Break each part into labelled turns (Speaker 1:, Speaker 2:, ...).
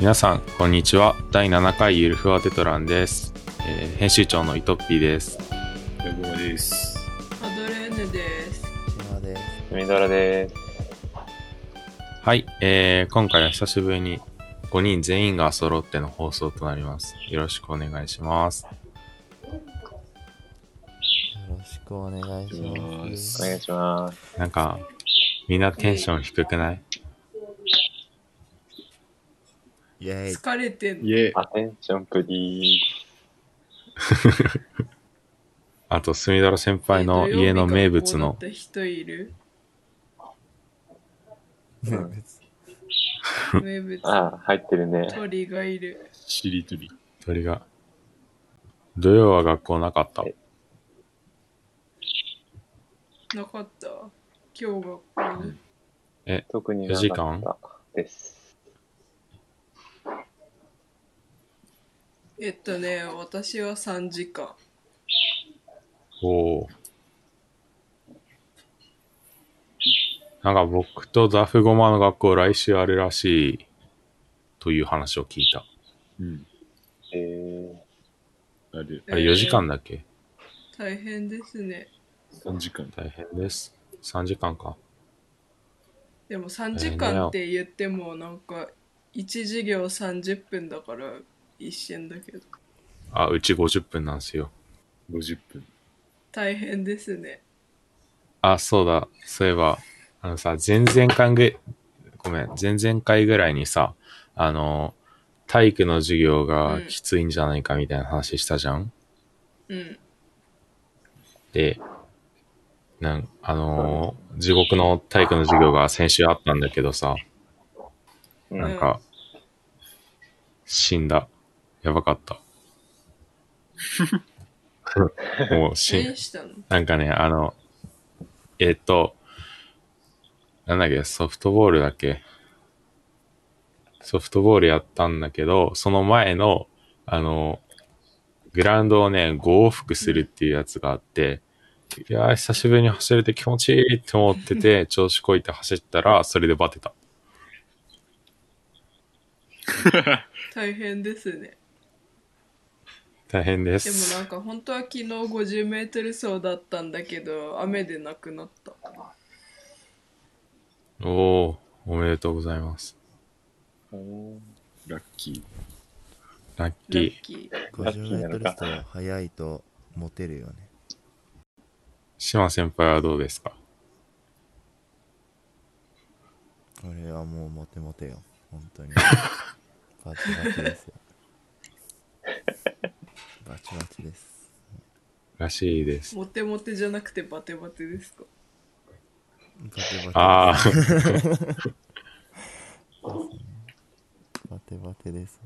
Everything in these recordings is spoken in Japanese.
Speaker 1: 皆さんこんにちは第7回ゆるふわテトランです、えー編集長のイトッピーです
Speaker 2: ヤブマです。
Speaker 3: アドレーヌです。
Speaker 4: 島です。
Speaker 5: みだらで
Speaker 1: はい、えー今回は久しぶりに5人全員が揃っての放送となりますよろしくお願いします
Speaker 4: よろしくお願いしますす。
Speaker 5: お願いします。
Speaker 1: なんかみんなテンション低くない
Speaker 4: イェイ。
Speaker 3: 疲れてん
Speaker 2: イエ
Speaker 5: アテンションプリー
Speaker 1: あと隅田先輩の家の名物の
Speaker 3: 土曜日からこうなった人いる名物
Speaker 5: ああ、入ってるね。
Speaker 3: 鳥がいる。
Speaker 2: しりとり。
Speaker 1: 鳥が土曜は学校なかった
Speaker 3: なかった。今日がこう
Speaker 5: 特に
Speaker 1: 四時
Speaker 5: なか
Speaker 1: 間
Speaker 5: ったです。
Speaker 3: えっとね、私は3時間。
Speaker 1: おお。なんか僕とザフゴマの学校来週あるらしいという話を聞いた。
Speaker 2: うん。
Speaker 5: えー、
Speaker 2: あれ、
Speaker 1: あれ4時間だっけ
Speaker 3: 大変ですね。
Speaker 2: 3時間。
Speaker 1: 大変です。3時間か。
Speaker 3: でも3時間って言ってもなんか1授業30分だから一瞬だけど。
Speaker 1: あ、うち50分なんですよ。
Speaker 2: 50分。
Speaker 3: 大変ですね。
Speaker 1: あ、そうだ。そういえば、あのさ、前々回ぐ、ごめん、前々回ぐらいにさ、あの、体育の授業がきついんじゃないかみたいな話したじゃん、
Speaker 3: うん。
Speaker 1: で、なんあのー地獄の体育の授業が先週あったんだけどさ、
Speaker 5: うん
Speaker 1: なんか、死んだ。やばか った。もう死ん
Speaker 3: 何、したの
Speaker 1: なんかね、あの、えっと、なんだっけ、ソフトボールだっけソフトボールやったんだけど、その前の、あの、グラウンドをね、5往復するっていうやつがあって、いやー、久しぶりに走れて気持ちいいって思ってて、調子こいて走ったら、それでバテた。
Speaker 3: 大変ですね。
Speaker 1: 大変で
Speaker 3: でも
Speaker 1: す。
Speaker 3: なんか本当は昨日50メートル走だったんだけど雨でなくなった。
Speaker 1: おおおめでとうございます。
Speaker 5: うん
Speaker 2: ラッキー。
Speaker 1: ラッキ
Speaker 3: ラ
Speaker 1: ー
Speaker 3: ッ。キー。
Speaker 5: ラッキー
Speaker 4: 50メ
Speaker 5: な
Speaker 4: ート
Speaker 5: の
Speaker 4: ル
Speaker 5: か
Speaker 4: 走早いとモテるよね。
Speaker 1: 島先輩はどうですか
Speaker 4: 俺はもうモテモテよ。本当に。バチバチですよ。バチバチです。
Speaker 1: らしいです。
Speaker 3: モテモテじゃなくてバテバテですか
Speaker 4: バテバテです。
Speaker 1: ああ。
Speaker 4: バテバテです。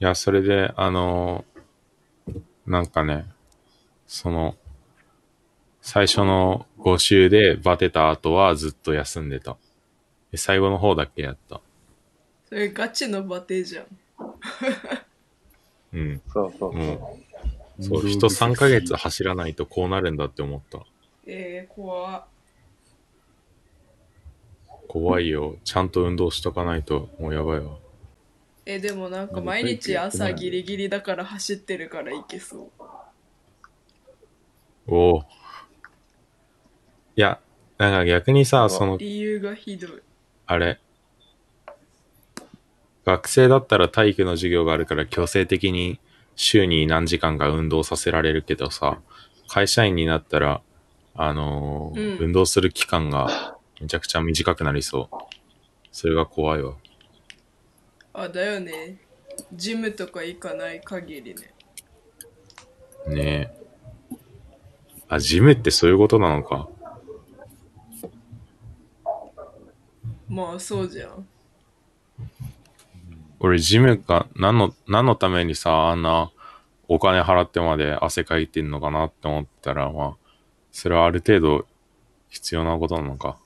Speaker 1: いや、それで、あのーなんかね、その、最初の5週でバテた後はずっと休んでた。で最後の方だけやった。
Speaker 3: それガチのバテじゃん。
Speaker 1: うん。
Speaker 5: そうそうそう。
Speaker 1: もう、そう、人3ヶ月走らないとこうなるんだって思った。
Speaker 3: えー、怖っ
Speaker 1: 怖いよ。ちゃんと運動しとかないと、もうやばいわ。
Speaker 3: えー、でもなんか毎日朝ギリギリだから走ってるからいけそ
Speaker 1: おお。いや、なんか逆にさ、その
Speaker 3: う。、理由がひどい。
Speaker 1: あれ。学生だったら体育の授業があるから強制的に週に何時間か運動させられるけどさ、会社員になったら、あのー
Speaker 3: うん
Speaker 1: 運動する期間がめちゃくちゃ短くなりそう。それが怖いわ。
Speaker 3: あ、だよね。ジムとか行かない限りね。
Speaker 1: ねえ。あ、ジムってそういうことなのか。
Speaker 3: まあそうじゃん。
Speaker 1: 俺、ジムが何の、何のためにさ、あんなお金払ってまで汗かいてんのかなって思ったら、まあ、それはある程度必要なことなのか。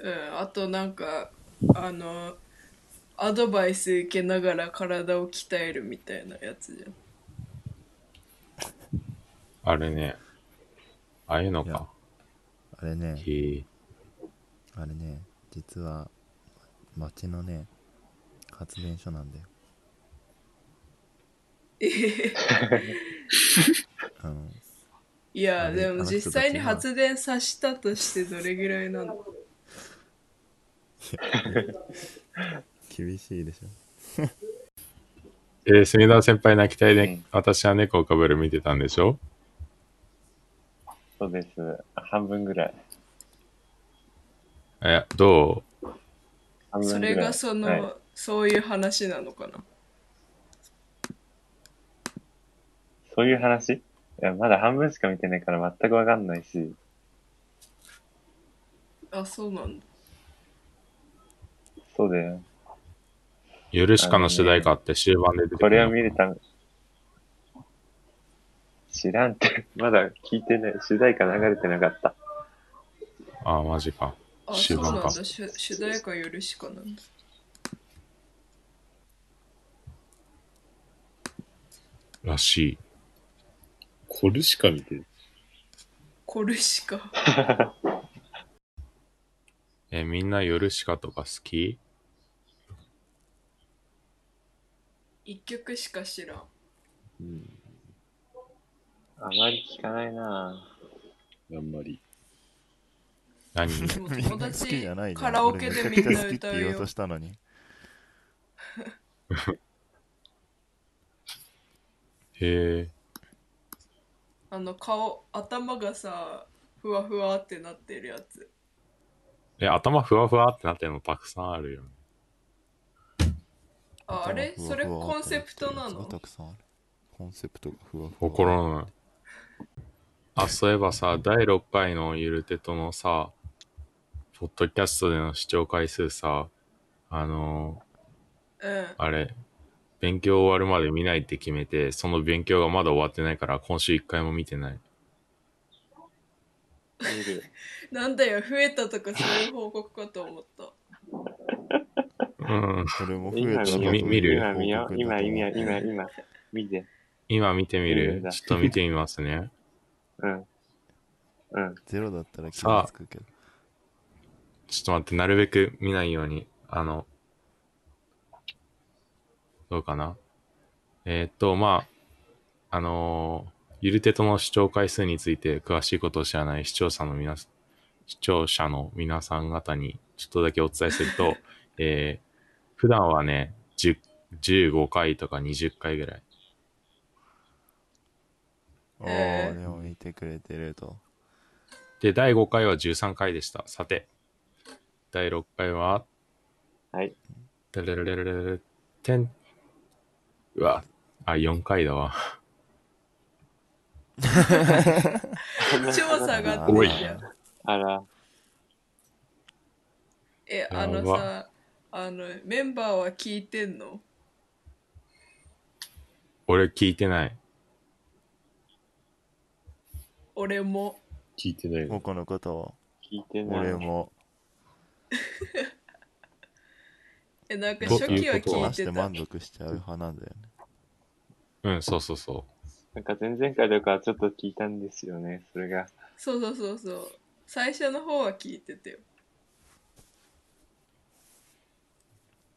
Speaker 3: うん、あとなんか、あの、アドバイス受けながら体を鍛えるみたいなやつじゃん。
Speaker 1: あれね。ああいうの
Speaker 4: いや
Speaker 1: か。
Speaker 4: あれね、
Speaker 1: へえ
Speaker 4: あれね実は町のね発電所なんだよあの
Speaker 3: いや、
Speaker 4: あれ
Speaker 3: で
Speaker 4: あの
Speaker 3: も
Speaker 4: 人たち
Speaker 3: 実際に
Speaker 4: が
Speaker 3: 発電さしたとしてどれぐらいなの
Speaker 4: 厳しいでしょ
Speaker 1: えー、杉田先輩泣きたいで、
Speaker 5: うん
Speaker 1: 私は猫をかぶる見てたんでしょ
Speaker 5: そうです。半分ぐらい。
Speaker 1: え、ど
Speaker 5: 半分ぐ
Speaker 3: そ
Speaker 5: ら
Speaker 3: れ
Speaker 5: い
Speaker 3: がその、
Speaker 5: はい
Speaker 3: そういう話なのかな
Speaker 5: そういう話いや、まだ半分しか見てないから全くわかんないし。
Speaker 3: あ、そうなんだ。
Speaker 5: そうだよ。
Speaker 1: うヨルシカの主題歌って終盤で出てくるの
Speaker 5: これは見れた。知らんって。 まだ聞いてない。主題歌流れてなかった。
Speaker 1: あー、マジか。
Speaker 3: あ、
Speaker 1: 知
Speaker 3: そう
Speaker 1: らん
Speaker 3: なん
Speaker 1: か
Speaker 3: だ。主主題歌よるしかなんだ。
Speaker 1: らしい。
Speaker 2: コルシカ見てる。
Speaker 3: コルシカ。
Speaker 1: えー、みんなヨルシカとか好き
Speaker 3: 一曲しか知らん。
Speaker 2: うん。
Speaker 5: あまり聞かないな
Speaker 2: あんまり。
Speaker 1: 何
Speaker 3: でも友
Speaker 4: 好きじ
Speaker 3: 達
Speaker 4: ゃないじゃん
Speaker 3: カラオケで
Speaker 4: 俺
Speaker 3: みん
Speaker 4: めち
Speaker 3: な
Speaker 4: ゃくちゃ好きって
Speaker 3: 歌う
Speaker 4: 言おう
Speaker 3: よ
Speaker 4: と。したのに
Speaker 1: え
Speaker 3: あの顔、頭がさ、ふわふわってなってるやつ。
Speaker 1: ー、え、頭ふわふわってなってるのたくさんあるよね。
Speaker 3: ああれ
Speaker 4: 頭
Speaker 3: それ
Speaker 4: ふわふわ
Speaker 3: コンセプトな
Speaker 4: ってやつが
Speaker 3: の
Speaker 4: たくさんあるコンセプトがふわふわ
Speaker 1: 心の。あ、そういえばさ、第6回のゆるてとのさ、ポッドキャストでの視聴回数さ、あの
Speaker 3: うん。
Speaker 1: ーあれ、勉強終わるまで見ないって決めて、その勉強がまだ終わってないから、今週1回も見てない。
Speaker 5: 見る。
Speaker 3: なんだよ、増えたとかそういう報告かと思った。
Speaker 1: うん。
Speaker 4: それも増え
Speaker 5: 今
Speaker 4: た
Speaker 5: 見
Speaker 1: よ
Speaker 5: る。
Speaker 1: 見る
Speaker 5: 今見よう。今、今、今、今。見て。
Speaker 1: 今見てみ
Speaker 5: いい
Speaker 1: る
Speaker 5: んだ
Speaker 1: ちょっと見てみますね。
Speaker 5: うん。うん。
Speaker 4: ゼロだったら気
Speaker 1: さ
Speaker 4: が
Speaker 1: あ
Speaker 4: つくけど
Speaker 1: ちょっと待って、なるべく見ないように、あの、どうかな。えーっと、まあ、あのーゆるてとの視聴回数について詳しいことを知らない視聴者の皆さん、視聴者の皆さん方にちょっとだけお伝えすると、えー普段はね、10 15回とか20回ぐらい。
Speaker 4: お
Speaker 3: 今え
Speaker 4: ー
Speaker 3: ー
Speaker 4: でも見てくれてると
Speaker 1: で、第5回は13回でした。さて、第6回は、
Speaker 5: はい。
Speaker 1: てれれれれれれてん。うわ、あ、4回だわ。
Speaker 3: 超下がっ
Speaker 4: 多
Speaker 3: て
Speaker 4: い
Speaker 3: んじゃん。
Speaker 5: あら、
Speaker 3: え、
Speaker 1: ば
Speaker 3: あのさ、あの、メンバーは聞いてんの
Speaker 1: 俺聞いてない。
Speaker 3: 俺も。
Speaker 2: 聞いてないの。
Speaker 4: 僕のことを
Speaker 5: 聞いてない。
Speaker 4: 俺も
Speaker 3: え、なんか
Speaker 1: ど
Speaker 3: 初期は聞い
Speaker 4: 話して
Speaker 3: た
Speaker 4: て満。足しちゃう派なんだよね
Speaker 1: うん、そうそうそ
Speaker 5: なんか前々回とかちょっと聞いたんですよね。それが。
Speaker 3: そうそうそうそう。最初の方は聞いてたよ。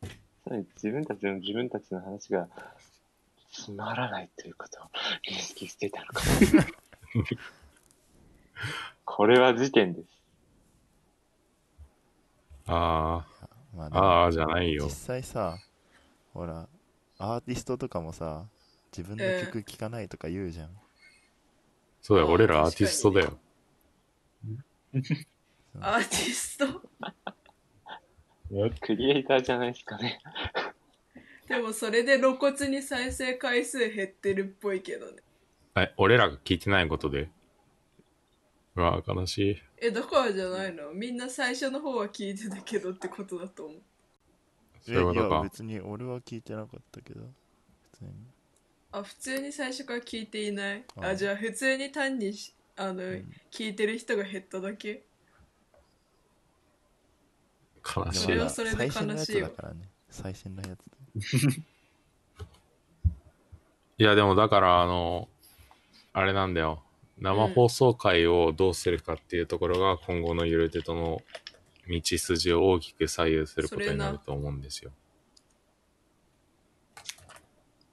Speaker 5: つまり自分たちの自分たちの話がつまらないということを認識してたのかも。これは事件です。
Speaker 1: う。あ
Speaker 4: まあ
Speaker 1: ー、
Speaker 4: でも
Speaker 1: あーじゃないよ
Speaker 4: 実。際さほらアーティストとかもさ自分の曲聴かないとか言うじゃん、
Speaker 1: そうだよ、
Speaker 3: あー
Speaker 1: 俺らアーティストだよ。
Speaker 3: アーティスト。
Speaker 5: クリエイターじゃないですかね。
Speaker 3: でもそれで露骨に再生回数減ってるっぽいけどね。
Speaker 1: え、俺らが聞いてないことで。うわ、悲しい。
Speaker 3: え、だからじゃないのみんな最初の方は聞いてたけどってことだと思う。
Speaker 1: そういうこ
Speaker 4: いや
Speaker 1: と
Speaker 4: いや
Speaker 1: か。
Speaker 4: 別に俺は聴いてなかったけど普通に
Speaker 3: あ、普通に最初から聞いていないあ
Speaker 4: あ
Speaker 3: じゃあ普通に単にしあの、
Speaker 4: ん
Speaker 3: 聞いてる人が減っただけ
Speaker 1: 悲し
Speaker 3: そ
Speaker 1: い
Speaker 3: れは
Speaker 4: でもまだ
Speaker 1: な。
Speaker 3: それで悲しいよ
Speaker 4: 最新のやつだからね最新のやつ
Speaker 1: いや、でもだから、あの、あれなんだよ。生放送会をどうするかっていうところが今後のゆるてとの道筋を大きく左右すること
Speaker 3: それ
Speaker 1: に
Speaker 3: な
Speaker 1: なると思うんですよ。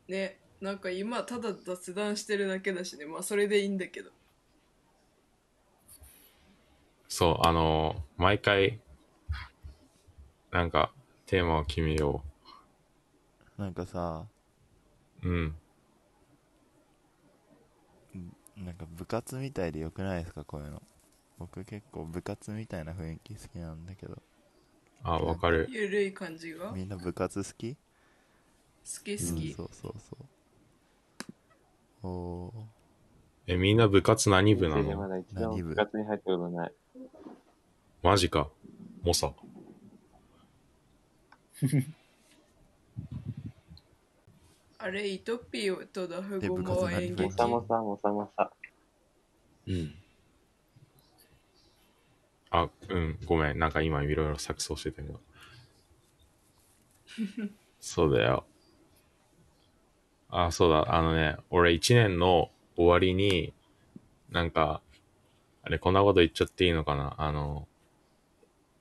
Speaker 3: ねなんか今ただ雑談してるだけだしねまあそれでいいんだけど
Speaker 1: そう、あのー毎回、なんか、テーマを決めよ
Speaker 4: なんかさ、
Speaker 1: う。うん。
Speaker 4: なんか部活みたいでよくないですか、こういうの。僕結構部活みたいな雰囲気好きなんだけど。
Speaker 1: あ、わかる。
Speaker 3: ゆるい感じが好
Speaker 4: みんな部活好
Speaker 3: き
Speaker 4: き
Speaker 3: 好き、
Speaker 4: そうそうそう。おー。
Speaker 1: え、みんな部活何部な
Speaker 5: 人生でま
Speaker 1: の
Speaker 5: だ一度も
Speaker 4: 何部
Speaker 5: 部活に入ったことない。
Speaker 1: マジか。猛者。
Speaker 3: あれイトピーとダフゴマは
Speaker 4: で
Speaker 3: 演
Speaker 4: 部
Speaker 5: も
Speaker 3: 劇
Speaker 4: 活
Speaker 5: さ
Speaker 4: 何
Speaker 5: もさもさもさ。
Speaker 2: うん。
Speaker 1: あ、うん、ごめん。なんか今いろいろ錯綜してたけど。そうだよ。あ、そうだ。あのね、俺一年の終わりに、なんか、あれ、こんなこと言っちゃっていいのかなあの、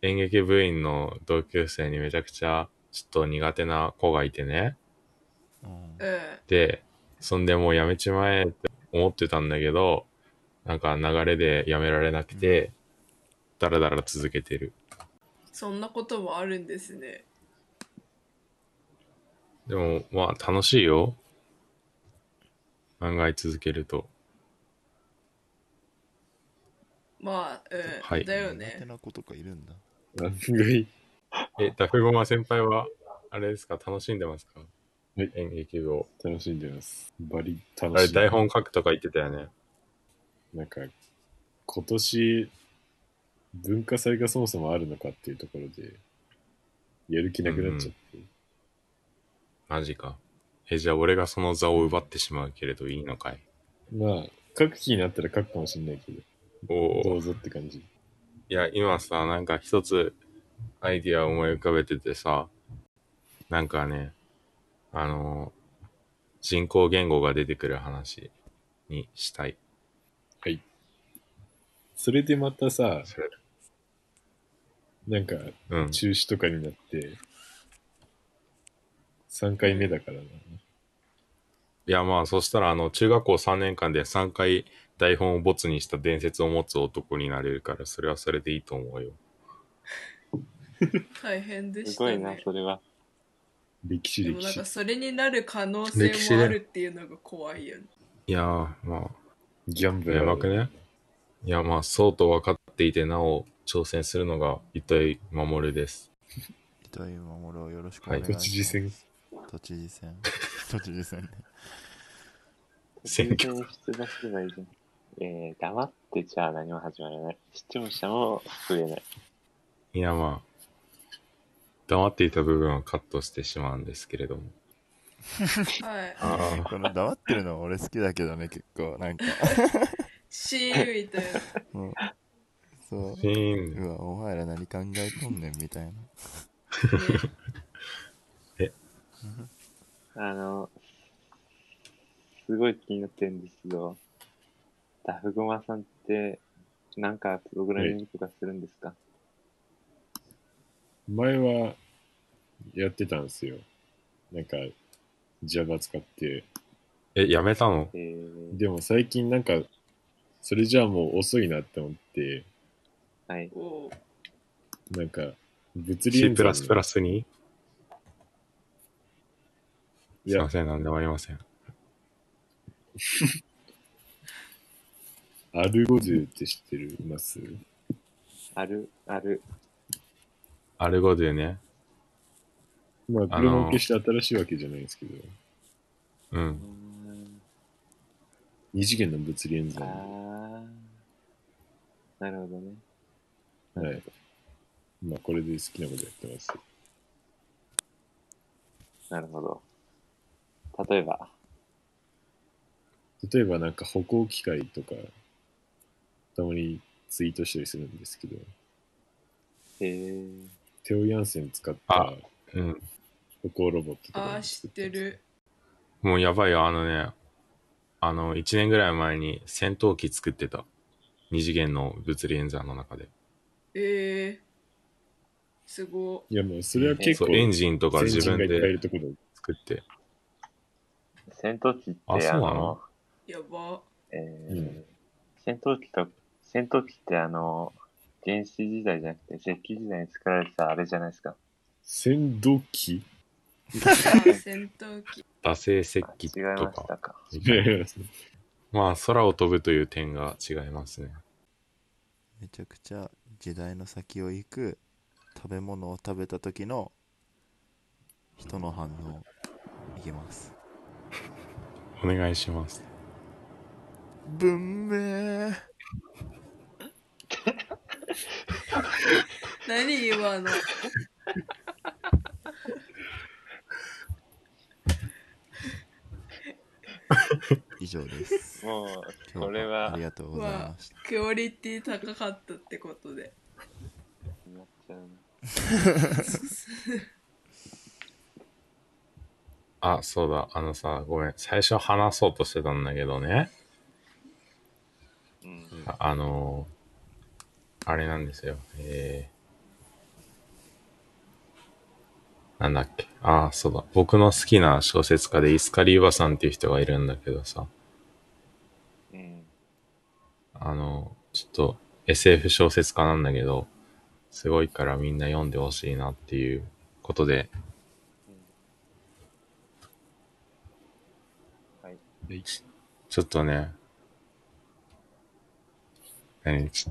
Speaker 1: 演劇部員の同級生にめちゃくちゃ、ちょっと苦手な子がいてね。
Speaker 4: うん
Speaker 3: う。ん
Speaker 1: で、そんでもうやめちまえって思ってたんだけど、なんか流れでやめられなくて、だらだら続けてる。
Speaker 3: そんなこともあるんですね
Speaker 1: でも、まあ、楽しいよ。案外続けると。
Speaker 3: まあうん、
Speaker 1: はい
Speaker 3: だよ
Speaker 4: 苦手
Speaker 3: ね
Speaker 4: な子とかいるんだ。
Speaker 2: 案外、
Speaker 1: え、ダフゴマ先輩は、あれですか、楽しんでますか
Speaker 2: え
Speaker 1: 演劇部を。
Speaker 2: 楽しんでます。バリ楽
Speaker 1: あれ、
Speaker 2: しんでま
Speaker 1: 台
Speaker 2: す
Speaker 1: 本書くとか言ってたよね。
Speaker 2: なんか、今年、文化祭がそもそもあるのかっていうところで、やる気なくなっちゃって。
Speaker 1: マジか。え、じゃあ俺がその座を奪ってしまうけれどいいのかい
Speaker 2: まあ、書く気になったら書くかもしれないけど、
Speaker 1: お
Speaker 2: ど
Speaker 1: お。
Speaker 2: うぞって感じ。
Speaker 1: いや、今さ、なんか一つアイディアを思い浮かべててさ、なんかね、あの人工言語が出てくる話にしたい。
Speaker 2: それでまたさ、
Speaker 1: それ
Speaker 2: なんか、
Speaker 1: うん。
Speaker 2: 中止とかになって、3回目だからな。
Speaker 1: いやまあそしたらあの中学校3年間で3回台本をボツにした伝説を持つ男になれるからそれはそれでいいと思うよ。
Speaker 3: 大変でし
Speaker 5: す
Speaker 3: た
Speaker 5: ごいな
Speaker 3: ね、
Speaker 5: それは。
Speaker 2: 歴史
Speaker 3: でも
Speaker 2: 歴
Speaker 3: なん
Speaker 2: 史
Speaker 3: か。それになる可能
Speaker 1: 歴史
Speaker 3: 性
Speaker 1: だ
Speaker 3: も
Speaker 1: よ
Speaker 3: あるっていうのが怖いよね
Speaker 1: いやーま
Speaker 2: ギャン
Speaker 1: あ
Speaker 2: ブル。
Speaker 1: やばくねいやまあそうと分かっていてなお挑戦するのが糸井守です。
Speaker 4: 糸井守をよろしくお願いし
Speaker 2: 都
Speaker 4: ます。
Speaker 2: 知事選。
Speaker 4: 都知事選。 都知事選ね。
Speaker 1: 選挙
Speaker 5: に出馬すればいいじゃん。えー、黙ってちゃ何も始まらない。視聴者も増えない。
Speaker 1: いやまあ黙っていた部分をカットしてしまうんですけれども。
Speaker 3: はい
Speaker 1: ああ
Speaker 4: この黙ってるの俺好きだけどね、結構。なんか。
Speaker 3: シーンみたいな
Speaker 4: うんそう。
Speaker 1: シーン。
Speaker 4: うわ、お前ら何考えとんねんみたいな。
Speaker 5: あの、すごい気になってるんですけど、ダフゴマさんって、なんかプログラミングとかするんですか
Speaker 2: 前は、やってたんですよ。なんか、Java 使って。
Speaker 1: え、やめたの
Speaker 5: えー、
Speaker 2: でも最近なんか、それじゃあもう遅いなって思って、
Speaker 5: はい。
Speaker 3: おう
Speaker 2: なんか、物理
Speaker 1: ?C++
Speaker 2: 演算の
Speaker 1: に
Speaker 2: い
Speaker 1: すい
Speaker 2: や
Speaker 1: ま、せん、なんでもありません。
Speaker 2: アルゴズって知ってるます
Speaker 5: ある、ある。
Speaker 1: アルゴでね。
Speaker 2: まあ、これも決して新しいわけじゃないんですけど、
Speaker 1: う。
Speaker 5: うんーん
Speaker 2: 二次元の物理演
Speaker 5: あ
Speaker 2: 算の。
Speaker 5: ー。なるほどね。
Speaker 2: はい。まあ、これで好きなことやってます。
Speaker 5: なるほど。例えば、
Speaker 2: 例えばなんか歩行機械とか、たまにツイートしたりするんですけど、
Speaker 5: えー、
Speaker 2: テオヤンセン使った
Speaker 1: あうん。
Speaker 2: 歩行ロボットとかも
Speaker 3: ああ知ってる
Speaker 1: もうやばいよ、あのね、あの、1年ぐらい前に戦闘機作ってた。二次元の物理演算の中で。
Speaker 3: えすご
Speaker 2: いや、もうそれは結
Speaker 1: そ
Speaker 2: 構、
Speaker 1: う、エンジンとか自
Speaker 2: 先人
Speaker 1: 分
Speaker 2: がいっぱいいる
Speaker 1: で
Speaker 2: ところ
Speaker 1: 作って。
Speaker 5: 戦闘機って、
Speaker 1: あそうなの
Speaker 3: いやば
Speaker 5: えー
Speaker 2: うん
Speaker 5: 戦闘機と、戦闘機ってあの、原始時代じゃなくて石器時代に作られたあれじゃないですか。
Speaker 2: 戦闘機
Speaker 3: あ戦闘機
Speaker 1: 惰性石器
Speaker 5: 違いま
Speaker 1: と
Speaker 5: し
Speaker 1: か。
Speaker 5: たか。
Speaker 2: いやいや
Speaker 1: まあ、空を飛ぶという点が違いますね。
Speaker 4: めちゃくちゃ時代の先を行く食べ物を食べた時の人の反応いきます
Speaker 1: お願いします。
Speaker 4: 文明
Speaker 3: 何今の
Speaker 4: 以上 です
Speaker 5: もう、
Speaker 4: 今日
Speaker 5: これは
Speaker 4: ありがとうございました
Speaker 3: クオリティ高かったってことで
Speaker 5: やっちゃうな
Speaker 1: あ、そうだ、あのさ、ごめん。最初話そうとしてたんだけどね。
Speaker 5: うん。
Speaker 1: ああのーあれなんですよ。えー、なんだっけ。ああ、そうだ。僕の好きな小説家でイスカリーバさんっていう人がいるんだけどさ、
Speaker 5: うん。
Speaker 1: あのーちょっと SF 小説家なんだけど、すごいからみんな読んでほしいなっていうことで、
Speaker 5: はい。
Speaker 1: ちょっとね、何ち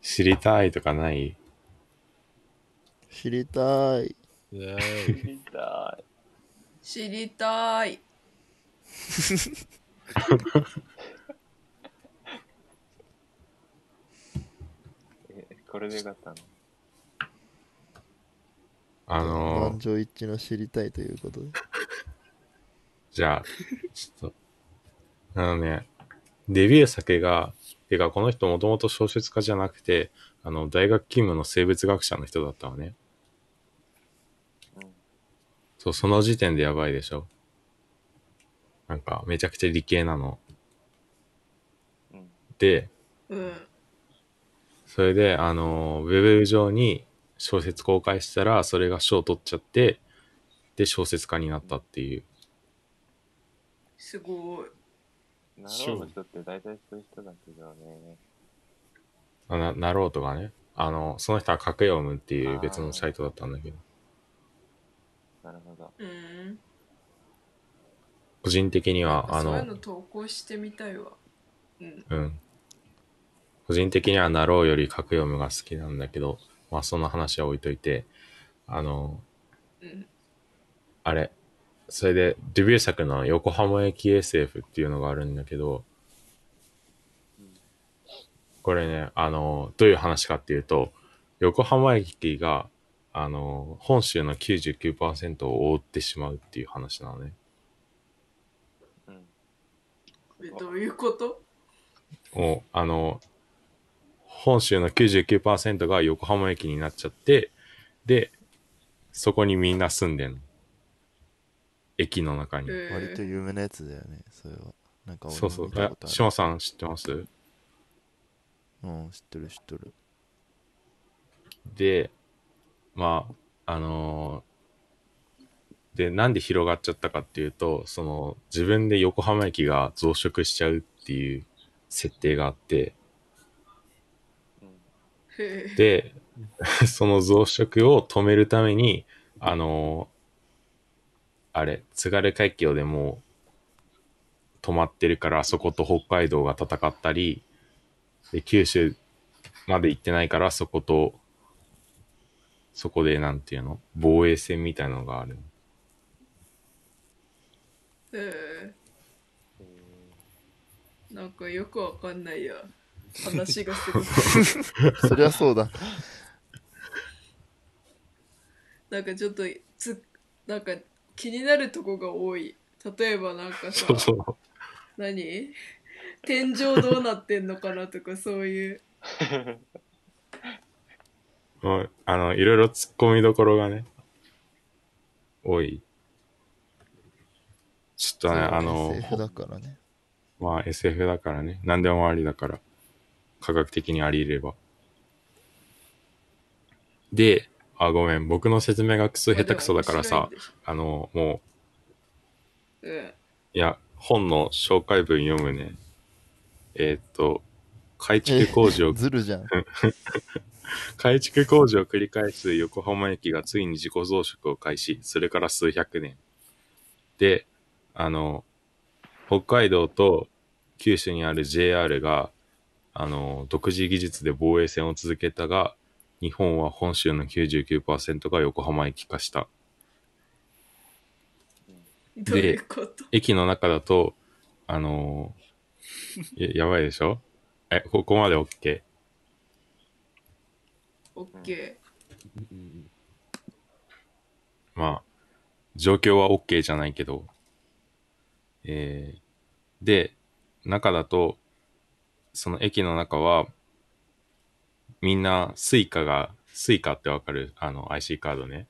Speaker 1: 知りたいとかない
Speaker 4: 知りたい
Speaker 5: 知りたい。
Speaker 3: 知りたい
Speaker 5: え、これでよかったの
Speaker 1: あのー
Speaker 4: 情一致の知りたいということで
Speaker 1: じゃあ、ちょっと、あのね、デビュー作が、てかこの人もともと小説家じゃなくて、あの、大学勤務の生物学者の人だったのね。
Speaker 5: うん
Speaker 1: そう、その時点でやばいでしょ。なんか、めちゃくちゃ理系なの。
Speaker 5: うん。
Speaker 1: で、
Speaker 3: うん
Speaker 1: それで、あの、ウェブ上に小説公開したら、それが賞を取っちゃって、で、小説家になったっていう。
Speaker 3: すごい
Speaker 5: なろうの人って大体そういう人だけどね。
Speaker 1: あな、なろうとかね。あの、その人は書くよむっていう別のサイトだったんだけど。
Speaker 5: なるほど。
Speaker 3: うん
Speaker 1: 個人的には、あ
Speaker 3: そういう
Speaker 1: の
Speaker 3: の、投稿してみたいわうん
Speaker 1: うん。個人的にはなろうより書く読むが好きなんだけど、まあその話は置いといて、あの、
Speaker 3: うん
Speaker 1: あれ、それでデビュー作の横浜駅 SF っていうのがあるんだけど、これね、あの、どういう話かっていうと、横浜駅が、あの、本州の99%を覆ってしまうっていう話なのね。
Speaker 5: うん。
Speaker 3: えどういうこと
Speaker 1: もう、あの、本州の99%が横浜駅になっちゃって、で、そこにみんな住んでんの。駅の中に。
Speaker 3: えー
Speaker 4: 割と有名なやつだよねそれはなんか俺
Speaker 1: そうそ
Speaker 4: も
Speaker 1: う
Speaker 4: 見。た
Speaker 1: あ
Speaker 4: こ、とある
Speaker 1: 島さん知ってます
Speaker 4: うん知ってる知ってる
Speaker 1: で、まあ、あのーで、なんで広がっちゃったかっていうと、その、自分で横浜駅が増殖しちゃうっていう設定があって、
Speaker 3: へえ
Speaker 1: で、 その増殖を止めるために、あのーあれ、津軽海峡でもう止まってるから、そこと北海道が戦ったり、で、九州まで行ってないから、そこと、そこで、なんていうの防衛戦みたいなのがある。
Speaker 3: えーなんかよくわかんないや話が すごい
Speaker 4: そりゃそうだ
Speaker 3: なんかちょっとつなんか気になるとこが多い例えばなんかさ
Speaker 1: そうそう。
Speaker 3: 何天井どうなってんのかなとかそういう
Speaker 1: もうあの、いろいろ突っ込みどころがね、多い。ちょっとね、 あの、
Speaker 4: SF だからね
Speaker 1: まあ SF だからね。何でもありだから。科学的にあり得れば。で、あ、ごめん。僕の説明がクソ下手くそだから
Speaker 3: まあ
Speaker 1: さ、
Speaker 3: でも面白
Speaker 1: あの、も
Speaker 3: いんでしょうん
Speaker 1: う、いや、本の紹介文読むね。えーっと、改築工事を
Speaker 4: ずるじゃん。
Speaker 1: 改築工事を繰り返す横浜駅がついに自己増殖を開始、それから数百年。で、あの、北海道と九州にある JR が、あの、独自技術で防衛線を続けたが、日本は本州の99%が横浜駅化した。
Speaker 3: どういうこと
Speaker 1: 駅の中だと、あのーや、やばいでしょえ、ここまで OK。
Speaker 3: オッケ
Speaker 2: うん
Speaker 1: まあ、状況は OK じゃないけど、えー、で、中だと、その駅の中は、みんなスイカが、スイカってわかるあの IC カードね。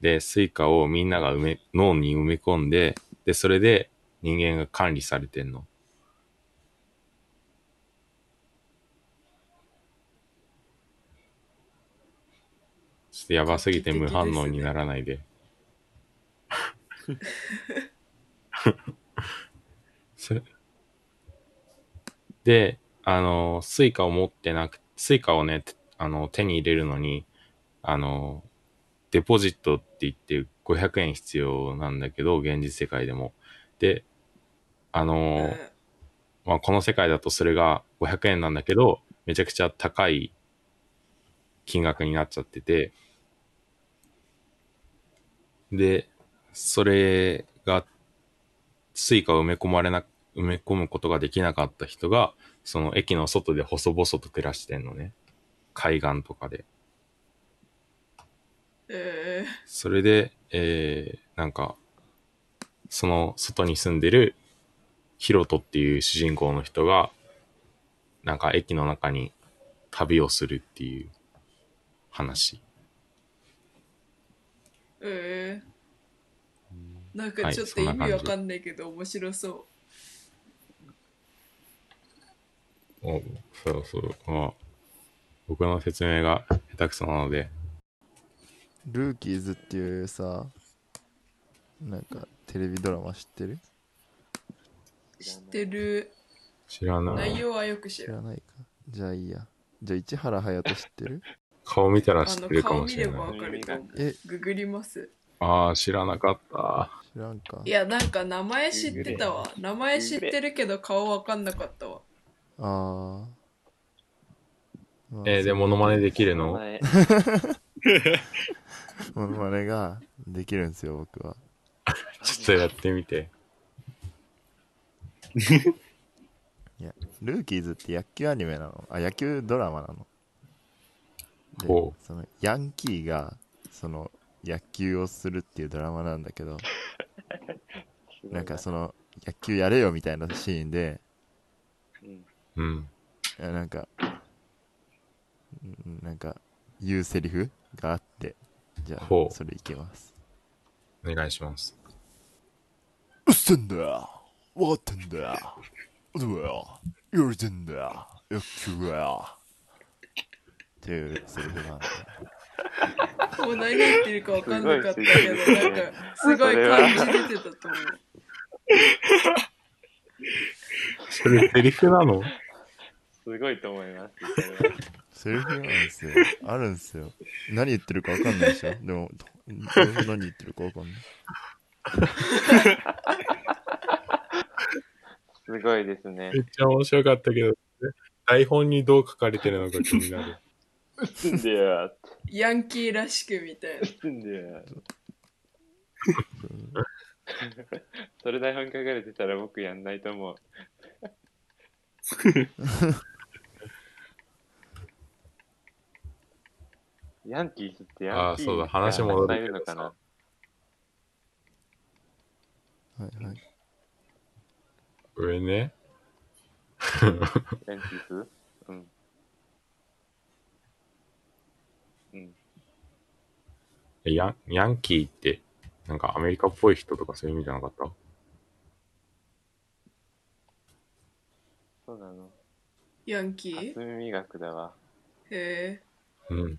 Speaker 1: で、スイカをみんなが埋め、脳に埋め込んで、で、それで人間が管理されてんの。ちょっとやばすぎて無反応にならないで。それで、あの、スイカを持ってなく、スイカをね、あの、手に入れるのに、あの、デポジットって言って500円必要なんだけど、現実世界でも。で、あ
Speaker 3: ー。
Speaker 1: の、
Speaker 3: うん
Speaker 1: まあ、この世界だとそれが500円なんだけど、めちゃくちゃ高い金額になっちゃってて、で、それが、スイカを埋め込まれな、埋め込むことができなかった人が、その駅の外で細々と暮らしてんのね。海岸とかで。
Speaker 3: え
Speaker 1: それで、えー、なんか、その外に住んでるヒロトっていう主人公の人が、なんか駅の中に旅をするっていう話。
Speaker 3: ー、えー。なんかちょっと意味わかんないけど、面白そ
Speaker 1: おそうそう。まあ、僕の説明が下手くそなので、
Speaker 4: ルーキーズっていうさ、なんかテレビドラマ知ってる
Speaker 3: う。知ってる
Speaker 1: 知らな
Speaker 3: 内
Speaker 1: い。
Speaker 3: 容はよく知
Speaker 4: 知
Speaker 3: る。
Speaker 4: らないか。じゃあいいや。じゃあ市原隼人知ってる
Speaker 1: 顔見たら
Speaker 3: あ
Speaker 1: 知って
Speaker 3: の
Speaker 1: るか
Speaker 3: 顔
Speaker 1: も
Speaker 3: 見
Speaker 1: し
Speaker 3: れ
Speaker 1: れ
Speaker 3: ば
Speaker 1: ない。
Speaker 3: わかると思う。
Speaker 4: え、
Speaker 3: ググります。
Speaker 1: ああ、知らなかった。
Speaker 4: 知らんか
Speaker 3: い。や、なんか名前知ってたわ。名前知ってるけど顔わかんなかったわ。
Speaker 4: あー。まあ
Speaker 1: えー、で、
Speaker 4: も。
Speaker 1: モノマネできるの
Speaker 5: 前
Speaker 4: モノマネができるんですよ、僕は。
Speaker 1: ちょっとやってみて。
Speaker 4: いや、ルーキーズって野球アニメなのあ、野球ドラマなの。で
Speaker 1: ほ
Speaker 4: そのヤンキーが、その、野球をするっていうドラマなんだけど、なんかその、野球やれよみたいなシーンで、
Speaker 5: うん
Speaker 1: う。うん。
Speaker 4: いやなんかうんなんか言うセリフがあってじゃあ
Speaker 1: ほう
Speaker 4: それいきます
Speaker 1: お願いします。
Speaker 4: うっせんだよ分かってんだようわやりてんだよ野球はっていうセリフがあっ
Speaker 3: もう何言ってるかわかんなかったけど、
Speaker 5: す
Speaker 3: な
Speaker 5: ご
Speaker 3: ん
Speaker 5: い
Speaker 3: かすごい感じ出てたと思う。
Speaker 1: それセリフなの
Speaker 5: すごいと思います。それは
Speaker 4: てセリフなんですよあるんですよ何言ってるか分かんないでしょでもど何言ってるか分かんない
Speaker 5: すごいですね
Speaker 1: め。っちゃ面白かったけど、台本にどう書かれてるのか気になる。
Speaker 5: 住んでや、
Speaker 3: ヤンキーらしくみたいな。
Speaker 5: 住んでや。 それ台本書かれてたら僕やんないと思う。ヤンキーズってヤン
Speaker 1: あー
Speaker 5: キー
Speaker 1: そうだ話戻るけどさ
Speaker 5: いるのかな
Speaker 4: はいはい
Speaker 1: これね、
Speaker 5: ヤンキースうん。うん。
Speaker 1: ヤンヤンキーって、なんかアメリカっぽい人とかそういう意味じゃなかった
Speaker 5: そうなの。
Speaker 3: ヤンキーへ
Speaker 5: 初耳学だわ。
Speaker 3: え。
Speaker 1: うん。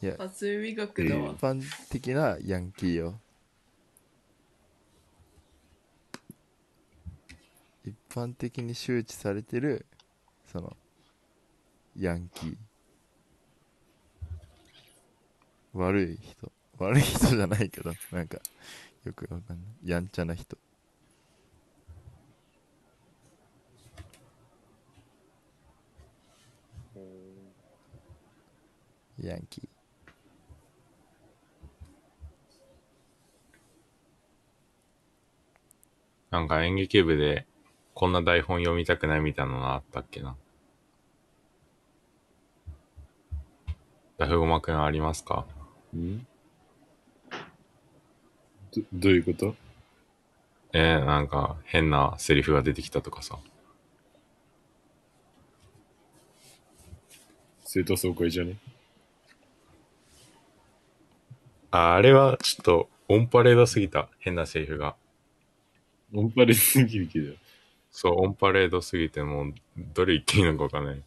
Speaker 4: いや、
Speaker 3: 初耳学だわ
Speaker 4: 一。般的なヤンキーよ。一般的に周知されてる、その、ヤンキー。悪い人。悪い人じゃないけど、なんか、よくわかんない。やんちゃな人。ヤンキー。
Speaker 1: なんか演劇部でこんな台本読みたくないみたいなのあったっけな。ダフゴマくんありますか
Speaker 2: んどどういうこと
Speaker 1: えー、なんか変なセリフが出てきたとかさ。
Speaker 2: 生徒総会じゃね
Speaker 1: ああれはちょっとオンパレードすぎた。変なセリフが。
Speaker 2: オンパレスギリギリだよ。
Speaker 1: そう、オンパレードすぎてもうどれ言っていいのかわかんない。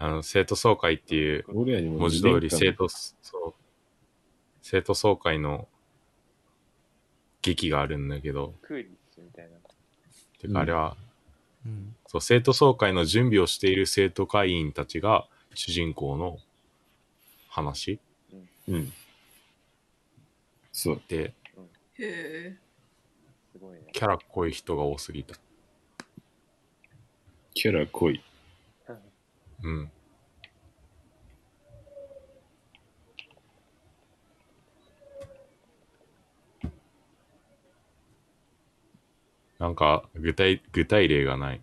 Speaker 1: あの、生徒総会っていう
Speaker 2: 俺らにも
Speaker 1: 文字通り生
Speaker 2: 生徒
Speaker 1: 徒、そう、生徒総会の劇があるんだけど、
Speaker 5: クーリッチみたいな。
Speaker 1: てかあれは、
Speaker 4: うん。
Speaker 1: そう、生徒総会の準備をしている生徒会員たちが主人公の話
Speaker 2: うん。そう。
Speaker 1: で、
Speaker 3: へ
Speaker 5: すごいね。
Speaker 1: キャラ濃い人が多すぎた。
Speaker 2: キャラ濃い。
Speaker 1: うん。なんか、具体、具体例がない。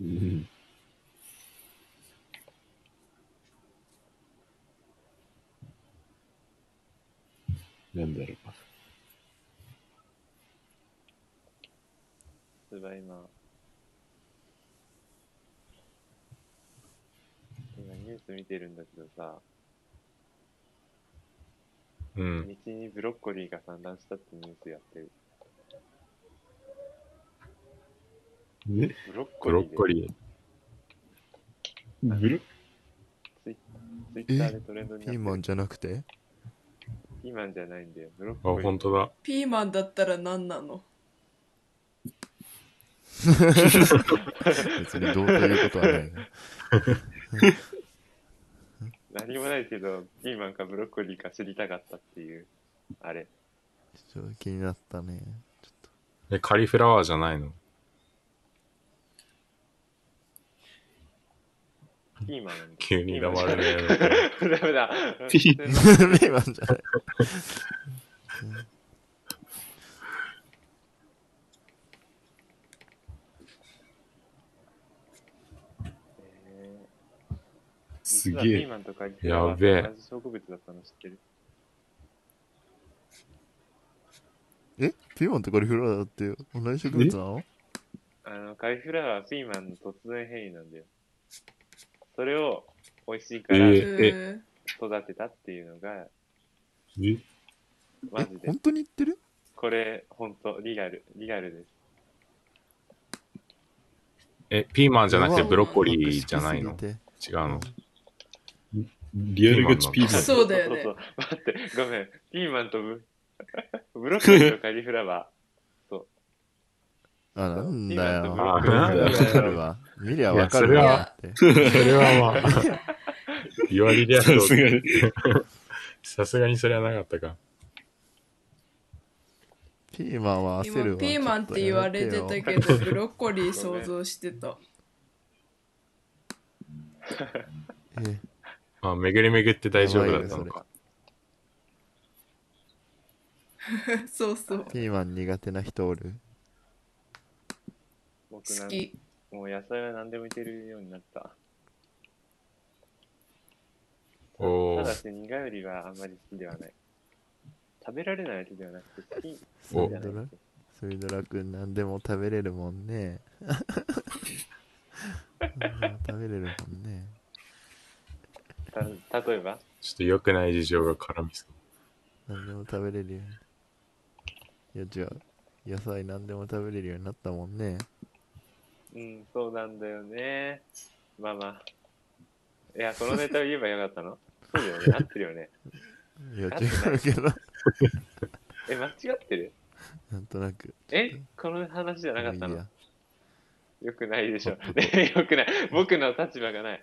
Speaker 2: うん。なんだろう。
Speaker 5: それは今。今ニュース見てるんだけどさ、
Speaker 1: うん。
Speaker 5: 道にブロッコリーが散乱したってニュースやってる。
Speaker 2: ね、
Speaker 5: ブロッ
Speaker 1: ブ
Speaker 5: コリ
Speaker 1: ロ
Speaker 5: ー
Speaker 1: ッコリー。
Speaker 2: ブロ
Speaker 5: ツイッターでトレンドに
Speaker 4: ピ
Speaker 5: なって
Speaker 4: ー
Speaker 5: る。
Speaker 4: マンじゃなくて
Speaker 5: ピーマンじゃないんだよ。ブロッ
Speaker 1: あ、
Speaker 5: コリー。
Speaker 1: 本当だ。
Speaker 3: え。ピーマンだったら何なの
Speaker 4: 別にどうということはないな。
Speaker 5: 何もないけど、ピーマンかブロッコリーか知りたかったっていう、あれ。
Speaker 4: ちょっと気になったね。ちょっと
Speaker 1: え、カリフラワーじゃないの
Speaker 5: ピーマンなんだ。
Speaker 1: 急に黙れね
Speaker 5: ピーマンじゃない。ダ メだ。
Speaker 2: ピー
Speaker 5: マ
Speaker 4: ピーマンじゃない。
Speaker 2: す
Speaker 5: ピ
Speaker 2: げ
Speaker 5: ー
Speaker 2: え。
Speaker 5: マンとかリフラワーって
Speaker 1: やべえ
Speaker 5: 同じ植物だったの知ってる
Speaker 4: えピーマンとカリフラワーだって同じ植物なの
Speaker 5: あの、カリフラワーはピーマンの突然変異なんだよ。それを美味しいか
Speaker 1: え
Speaker 5: ら
Speaker 1: ー
Speaker 3: へ
Speaker 5: 育
Speaker 3: え。
Speaker 5: てたっていうのが、
Speaker 2: え
Speaker 5: マ
Speaker 4: え
Speaker 5: ジで
Speaker 4: 本。当に言ってる
Speaker 5: これ、ほんと、リアル、リアルです。
Speaker 1: え、ピーマンじゃなくてブロッコリーじゃない
Speaker 4: 美
Speaker 1: の
Speaker 4: しすぎて
Speaker 1: 違うの
Speaker 2: リアルガチピーマン。
Speaker 3: そうだよね
Speaker 5: そうそうそう待って、ごめん。ピーマンとブ ブロッコリーとカリフラワ
Speaker 4: あ、なんだよ。
Speaker 5: ピー
Speaker 1: マンとブロッコ
Speaker 4: わ
Speaker 1: リー
Speaker 4: かるわ。見りゃわかる
Speaker 3: い
Speaker 4: わ
Speaker 3: や
Speaker 4: って。
Speaker 1: それはまあ、言われりゃ
Speaker 2: さ
Speaker 1: そう
Speaker 2: すがに。
Speaker 1: さすがにそれはなかったか。
Speaker 4: ピーマンは焦る
Speaker 3: 今
Speaker 4: わ。
Speaker 3: ピーマンって言われてた
Speaker 4: ど。
Speaker 3: けど、ブロッコリー想像してた。
Speaker 4: え
Speaker 1: まあ、巡り巡って大丈夫だったの
Speaker 4: やばいねそ
Speaker 1: か。
Speaker 3: そうそう。
Speaker 4: ピーマン苦手な人おる
Speaker 5: ー。僕な
Speaker 3: 好
Speaker 5: ん
Speaker 3: き。
Speaker 5: もう野菜は何でもいけるようになった。
Speaker 1: お
Speaker 5: ただ
Speaker 1: ー、
Speaker 5: し、苦よりはあんまり好きではない。食べられないわけではなくて、好き
Speaker 1: お
Speaker 5: 好きじゃない。
Speaker 4: スミドラ君何でも食べれるもん ね。何でも食べれるもんね。
Speaker 5: た例えば、
Speaker 1: ちょっと良くない事情が絡みそう。
Speaker 4: 何でも食べれるように。いや違う。野菜何でも食べれるようになったもんね。
Speaker 5: うん、そうなんだよね。まあまあ。いや、このネタを言えばよかっ たのそうだよね。合ってるよね。
Speaker 4: いや、違うけど、
Speaker 5: え、間違ってる
Speaker 4: なんとなく。
Speaker 5: えこの話じゃなかった
Speaker 4: いい
Speaker 5: の
Speaker 4: や
Speaker 5: よくないでしょ。ね、 よくない。僕の立場がない。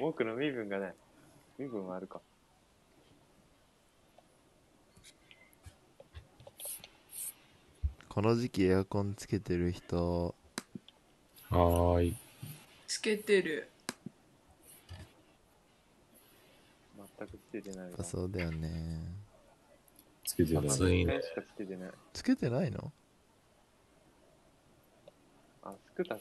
Speaker 5: 僕の身分がない。身分はあるか。
Speaker 4: この時期エアコンつけてる人、
Speaker 1: はーい。
Speaker 3: つけてる。
Speaker 5: 全くつけてないわ。
Speaker 4: あそうだよね。
Speaker 2: つけてない。
Speaker 1: 暑い
Speaker 5: 一
Speaker 1: ね
Speaker 5: 回。しかつけてない。
Speaker 4: つけてないの
Speaker 5: あ、つくた、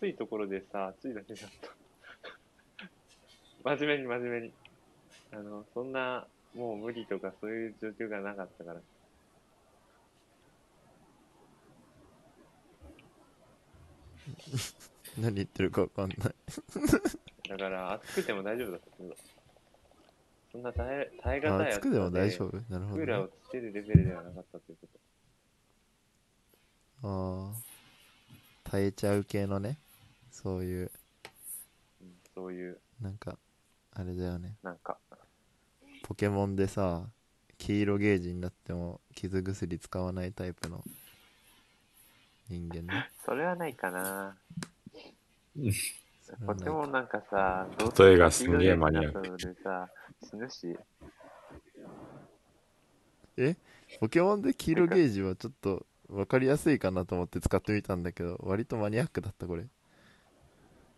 Speaker 5: 暑いところでさ、暑いだけだった。 真面目に真面目に。あの、そんな、もう無理とかそういう状況がなかったから。
Speaker 4: 何言ってるかわかんない。
Speaker 5: だから、暑くても大丈夫だったってことそんな耐え、耐え
Speaker 4: あ
Speaker 5: 難い
Speaker 4: つくでも大丈
Speaker 5: 夫。
Speaker 4: 夫なるほ
Speaker 5: ク
Speaker 4: ど、
Speaker 5: ーラー
Speaker 4: ね
Speaker 5: を。つけるレベルではなかったということ。
Speaker 4: ああ。耐えちゃう系のね。そういう、
Speaker 5: うん、そういう、
Speaker 4: なんか、あれだよね。
Speaker 5: なんか、
Speaker 4: ポケモンでさ、黄色ゲージになっても傷薬使わないタイプの人間ね。
Speaker 5: それはないかな。
Speaker 4: それはな
Speaker 5: ポ
Speaker 4: い
Speaker 5: ケ
Speaker 4: か
Speaker 5: モンなんかさ、
Speaker 1: 例えがすんげえマニアック
Speaker 5: ク。でさ、死ぬし、
Speaker 4: えポケモンで黄色ゲージはちょっと分かりやすいかなと思って使ってみたんだけど、割とマニアックだった、これ。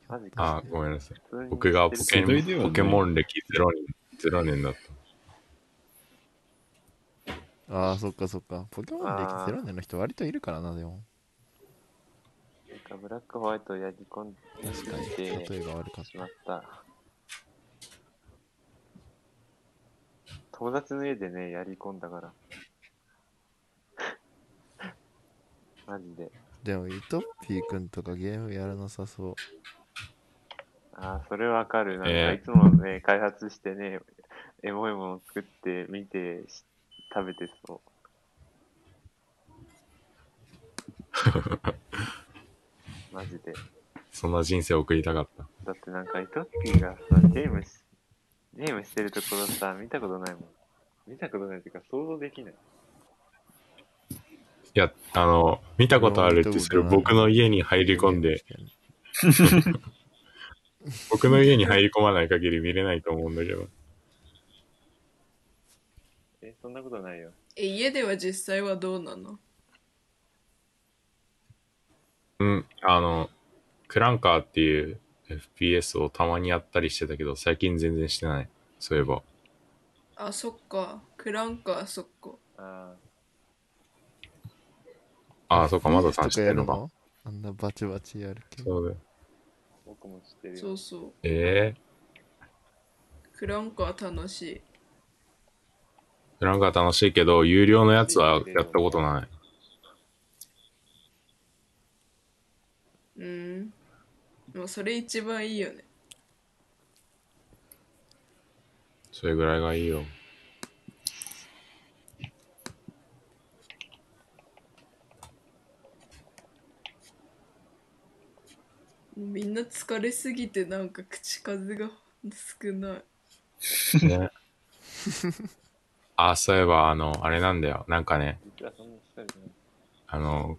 Speaker 5: マジか。
Speaker 1: あー、ごめんなさい。
Speaker 5: 普通に
Speaker 1: 僕がポケ
Speaker 2: 世代ではな
Speaker 1: モ
Speaker 2: い
Speaker 1: ンポケモン歴ゼロ年、ゼロ年だった。
Speaker 4: ああ、そっかそっか。ポケモン歴
Speaker 5: あー
Speaker 4: 0年の人割といるからな、でも。
Speaker 5: なんかブラックホワイトをやり込んで
Speaker 4: 確かに。例えが悪かっ
Speaker 5: しまった。友達の家でね、やり込んだから。 マジで。
Speaker 4: た。でも、イトッピーくんとかゲームやらなさそう。
Speaker 5: ああ、それわかる。なん
Speaker 1: え
Speaker 5: か
Speaker 1: え
Speaker 5: いつもね、開発してね、エモいものを作って、見て、し食べてそう。マジで。
Speaker 1: そんな人生を送りたかった。
Speaker 5: だってなんか、イトッピーがさ、ゲームし、ゲームしてるところさ、見たことないもん。見たことないっていうか、想像できない。
Speaker 1: いや、あの、見たことあるって、それ僕の家に入り込んで、。僕の家に入り込まない限り見れないと思うんだけど。
Speaker 5: え、そんなことないよ。
Speaker 3: え、家では実際はどうなの
Speaker 1: うん、あの、クランカーっていう FPS をたまにやったりしてたけど、最近全然してない。そういえば。
Speaker 3: あ、そっか。クランカー、そっか。
Speaker 5: あ
Speaker 1: ああ、そうか、まださん
Speaker 4: と
Speaker 1: し
Speaker 4: か
Speaker 1: て
Speaker 4: や
Speaker 1: る
Speaker 4: る
Speaker 1: のか。
Speaker 4: のあんなバチバチやるけ
Speaker 1: そ
Speaker 4: ど。
Speaker 1: うだよ。
Speaker 5: あ、僕も知ってる
Speaker 3: そ
Speaker 5: よ
Speaker 3: う。そう。
Speaker 1: ええ
Speaker 3: クランカー楽しい。
Speaker 1: クランカー楽しいけど、有料のやつはやったことない。
Speaker 3: うん。もうそれ一番いいよね。
Speaker 1: それぐらいがいいよ。
Speaker 3: みんな疲れすぎてなんか口数が少ない。
Speaker 1: ね。ああ、そういえば、あの、あれなんだよ。なんかね、
Speaker 5: 実はそんなしたりない。
Speaker 1: あの、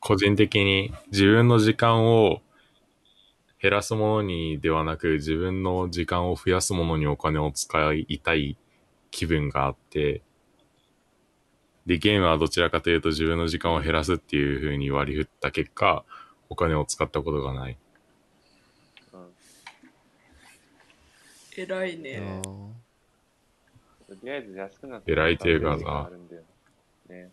Speaker 1: 個人的に自分の時間を減らすものにではなく、自分の時間を増やすものにお金を使いたい気分があって、で、ゲームはどちらかというと自分の時間を減らすっていう風に割り振った結果、お金を使ったことがない。
Speaker 3: 偉い
Speaker 4: あ
Speaker 3: ね。
Speaker 4: ー
Speaker 5: うん。とりあえず安くなって
Speaker 1: 偉いっていうかさ
Speaker 5: あるんだよね。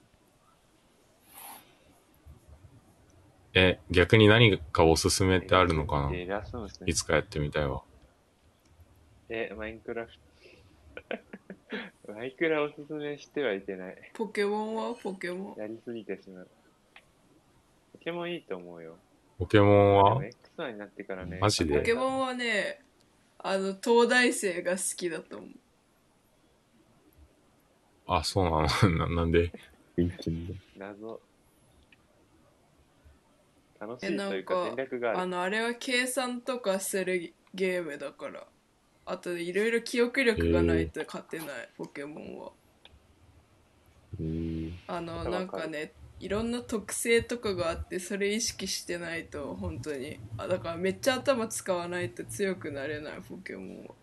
Speaker 1: え、逆に何かおすすめってあるのかな
Speaker 5: え、偉そうですね
Speaker 1: い。つかやってみたいわ。
Speaker 5: え、マインクラフト。マイクラおすすめしてはいけない。
Speaker 3: ポケモンはポケモン。
Speaker 5: やりすぎてしまう。ポケモンいいと思うよ。
Speaker 1: ポケモン
Speaker 5: で
Speaker 1: は
Speaker 5: も X1 になってからね。
Speaker 1: マジで
Speaker 3: ポケモンはね、あの、東大生が好きだと思う。
Speaker 1: あ、そう なのななんで
Speaker 2: 一気に
Speaker 5: 謎。楽しいという
Speaker 3: え
Speaker 5: か
Speaker 3: なん
Speaker 5: 戦
Speaker 3: か
Speaker 5: 略があ
Speaker 3: あ
Speaker 5: る。
Speaker 3: のあれは計算とかするゲームだからあといろいろ記憶力がないと勝てない、ポケモンは
Speaker 2: うん。
Speaker 3: あの
Speaker 5: わかる
Speaker 3: なんかねいろんな特性とかがあってそれ意識してないと本当にあだからめっちゃ頭使わないと強くなれないポケモンは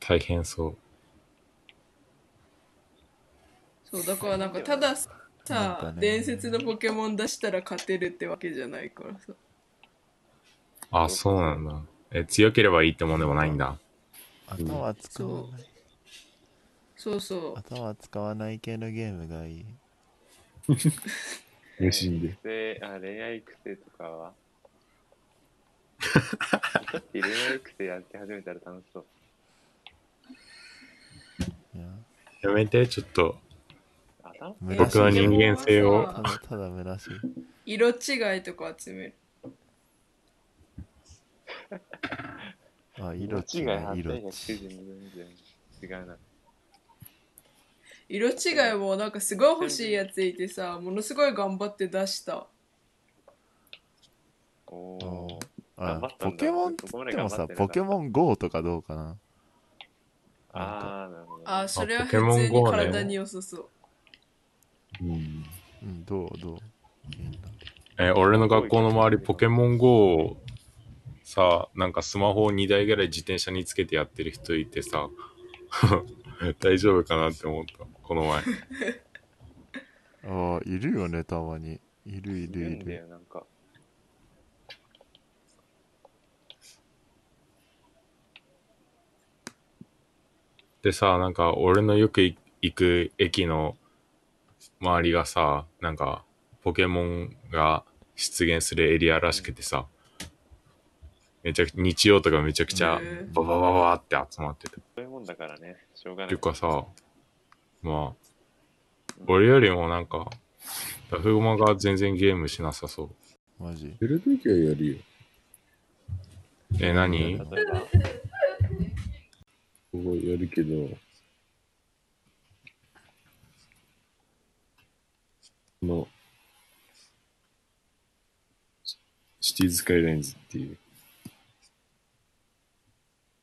Speaker 1: 大変そう。
Speaker 3: そうだからなんかたださ
Speaker 4: なんかね
Speaker 3: 伝説のポケモン出したら勝てるってわけじゃないからさ
Speaker 1: あ、そうなんだ。え、強ければいいってもんでもないんだ。
Speaker 4: 頭使わない
Speaker 3: そうそう
Speaker 4: 頭使わない系のゲームがいい
Speaker 2: 無心で。
Speaker 5: であ恋愛育成とかはだって恋愛育成やって始めたら楽しそう。
Speaker 4: いや
Speaker 1: やめて、ちょっと。
Speaker 5: 頭
Speaker 4: 虚
Speaker 1: 僕は
Speaker 4: しい
Speaker 1: 人間性を
Speaker 3: ポケモ
Speaker 4: た
Speaker 3: ンはさ
Speaker 4: だただ虚しい
Speaker 3: 色違いとか集める
Speaker 4: あ色違い
Speaker 5: 違い
Speaker 4: 色違い
Speaker 5: 892全然違うな。
Speaker 3: 色違いもなんかすごい欲しいやついてさものすごい頑張って出した
Speaker 5: お
Speaker 4: お
Speaker 5: お
Speaker 4: ー。あ
Speaker 5: 頑張ったんだ
Speaker 4: ポケモンっつってもさポケモン GO とかどうかな
Speaker 5: ああ、なるほど。
Speaker 3: あーそれは
Speaker 1: ポ
Speaker 3: 普
Speaker 1: ケモン
Speaker 3: 通に
Speaker 1: GO ね
Speaker 3: 体に良さそう
Speaker 2: うん。
Speaker 4: うんどうどうみんな
Speaker 1: え、俺の学校の周り、ポケモン GO をさ、なんかスマホを2台ぐらい自転車につけてやってる人いてさ、 大丈夫かなって思った、この前。
Speaker 4: ああ、いるよね、たまに。いるい
Speaker 5: いる
Speaker 4: るい
Speaker 5: んだ
Speaker 4: る。
Speaker 5: よ、なんか。
Speaker 1: でさ、なんか俺のよくい行く駅の周りがさ、なんかポケモンが出現するエリアらしくてさ、めちゃく日曜とかめちゃくちゃ
Speaker 3: へー
Speaker 1: バババババって集まってて。
Speaker 5: そういうもんだからね、しょうが
Speaker 1: っ
Speaker 5: な
Speaker 1: てい。
Speaker 5: いう
Speaker 1: かさ、まあ、俺よりもなんか、ラフゴマが全然ゲームしなさそう。
Speaker 4: マジ。
Speaker 2: やるときはやるよ。
Speaker 1: え、何
Speaker 5: 例えば、
Speaker 2: ここやるけど、この、シシティーズ・スカイラインズっていう、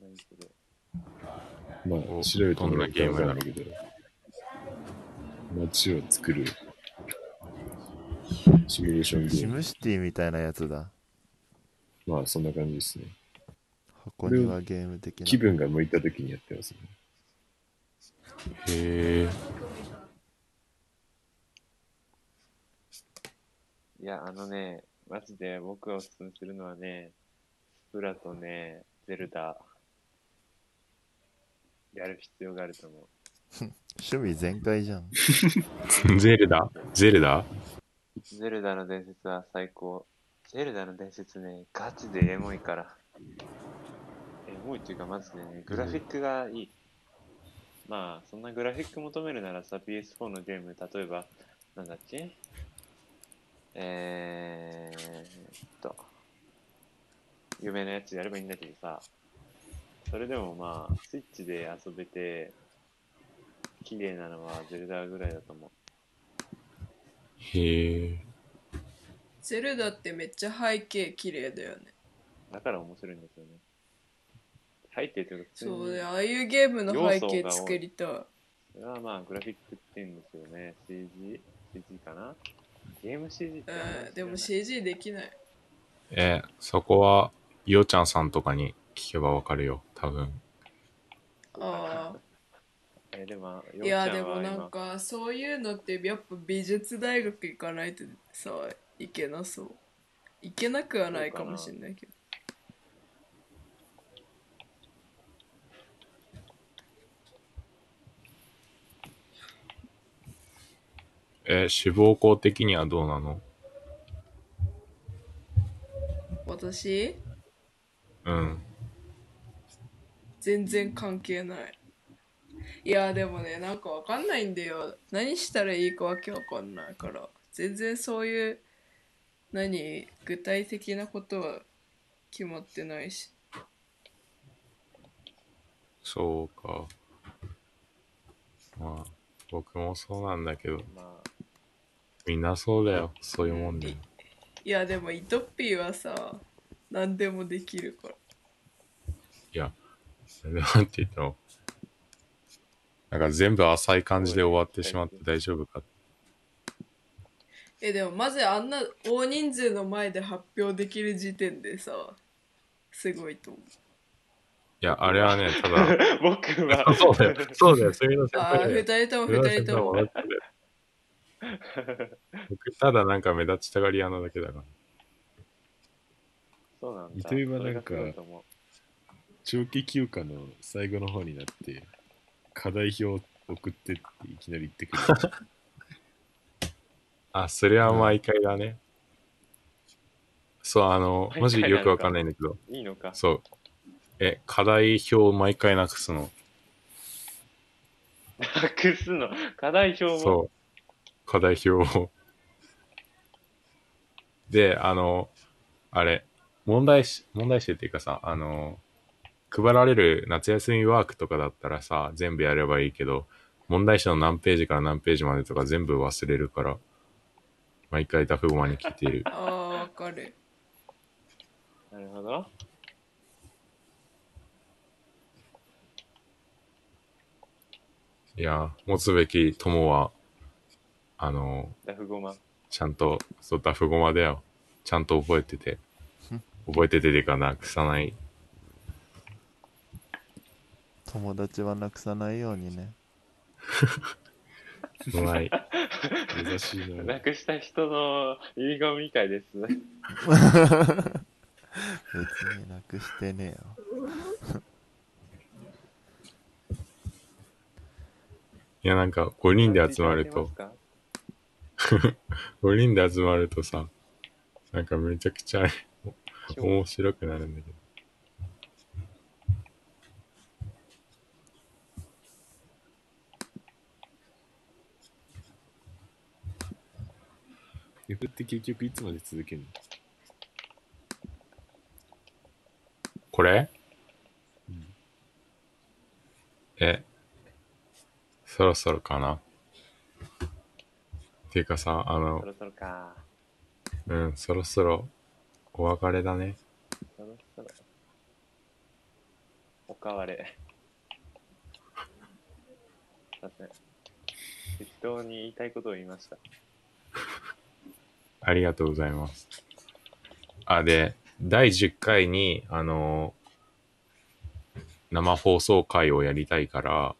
Speaker 5: 何それ
Speaker 2: ま
Speaker 1: お
Speaker 2: あ、調べてもらったらわか
Speaker 1: どん
Speaker 2: る
Speaker 1: なんゲ
Speaker 2: だけど、街を作るシミュレーションゲ
Speaker 4: シ
Speaker 2: ーム。
Speaker 4: ムシティみたいなやつだ。
Speaker 2: まあ、そんな感じですね。
Speaker 4: 箱庭ゲーム的な。
Speaker 2: 気分が向いたときにやってますね。
Speaker 1: へえ。
Speaker 5: いや、あのね、マジで僕がおすすめするのはね、スプラとね、ゼルダ、やる必要があると思う。
Speaker 4: 趣味全開じゃん。
Speaker 1: ゼルダゼルダ
Speaker 5: ゼルダの伝説は最高。ゼルダの伝説ね、ガチでエモいから。エモいっていうか、まずね、グラフィックがいい。まあ、そんなグラフィック求めるならさ、PS4 のゲーム、例えば、なんだっけえーっと、有名なやつやればいいんだけどさ、それでもまあ、スイッチで遊べて、綺麗なのはゼルダぐらいだと思う。
Speaker 1: へえ。
Speaker 3: ゼルダってめっちゃ背景綺麗だよね
Speaker 5: だから面白いんですよね。背景というか、普通に
Speaker 3: そうねああいうゲームの背景作りたい
Speaker 5: それはまあ、グラフィックって言うんですよね。CG、CG かなゲーム CG ってあんまり知らな
Speaker 3: う
Speaker 5: い
Speaker 3: んでも CG できない
Speaker 1: え、そこは、ようちゃんさんとかに聞けばわかるよ、多分。
Speaker 3: あ
Speaker 5: えでも、
Speaker 3: あいやでも
Speaker 5: ようち
Speaker 3: な
Speaker 5: ゃは今
Speaker 3: んかそういうのってやっぱ美術大学行かないとさいけなそういけなくはないかもしれないけど
Speaker 1: え、志望校的にはどうなの
Speaker 3: 私
Speaker 1: うん。
Speaker 3: 全然関係ないいやでもねなんかわかんないんだよ何したらいいかわけわかんないから全然そういう何具体的なことは決まってないし
Speaker 1: そうか。まあ、僕もそうなんだけど、
Speaker 5: まあ、
Speaker 1: みんなそうだよ。そういうもんで。
Speaker 3: いやでもイトピーはさ何でもできるから
Speaker 1: いや、なんて言っても、なんか全部浅い感じで終わってしまって大丈夫か。
Speaker 3: えでもまずあんな大人数の前で発表できる時点でさすごいと思う
Speaker 1: いや、あれはね、ただ、
Speaker 5: 僕 は。
Speaker 1: そうだよ、そうだよ、すみません。
Speaker 3: ああ
Speaker 1: そうだよ
Speaker 3: 2人とも
Speaker 1: すみませ
Speaker 3: 2
Speaker 1: ん
Speaker 3: 人とも
Speaker 1: 笑ってる僕、ただなんか目立ちたがり屋なだけだから。
Speaker 5: そうなんだ。
Speaker 2: 糸井はなん
Speaker 5: そ
Speaker 2: か
Speaker 5: れがすごいと思う
Speaker 2: 長期休暇の最後の方になって、課題表を送ってっていきなり言ってくる。
Speaker 1: あ、それは毎回だね。そう、あの、マジよくわかんないんだけど、
Speaker 5: いいのか。
Speaker 1: そう。え、課題表を毎回なくすの。
Speaker 5: なくすの。課題表も。
Speaker 1: そう。課題表を。 で、あの、あれ、問題し、問題集っていうかさ、あの、配られる夏休みワークとかだったらさ、全部やればいいけど、問題集の何ページから何ページまでとか全部忘れるから、毎回ダフゴマに聞いてい る。
Speaker 3: ああわかる
Speaker 5: なるほど。
Speaker 1: いやー、持つべき友は、あの、
Speaker 5: ダフゴマ。
Speaker 1: ちゃんと、そう、ダフゴマだよ。ちゃんと覚えてて。覚えてててかなくさない。
Speaker 4: 友達はなくさないようにね。
Speaker 1: のない。
Speaker 2: 優しいな
Speaker 5: な。くした人の遺言みたいです。
Speaker 4: 別になくしてねえよ。
Speaker 1: いや、なんか、5人で集まると、5人で集まるとさ、なんかめちゃくちゃあれ面白くなるんだけど。
Speaker 2: F って結局いつまで続けるの
Speaker 1: これ、え、そろそろかなっていうかさ、あ
Speaker 5: そ
Speaker 1: の、
Speaker 5: ろそろか。
Speaker 1: うん、そろそろお別れだね。
Speaker 5: そろそろ。おかわれ。すいません。適当に言いたいことを言いました。
Speaker 1: ありがとうございます。あ、で、第10回に、あの生放送会をやりたいから、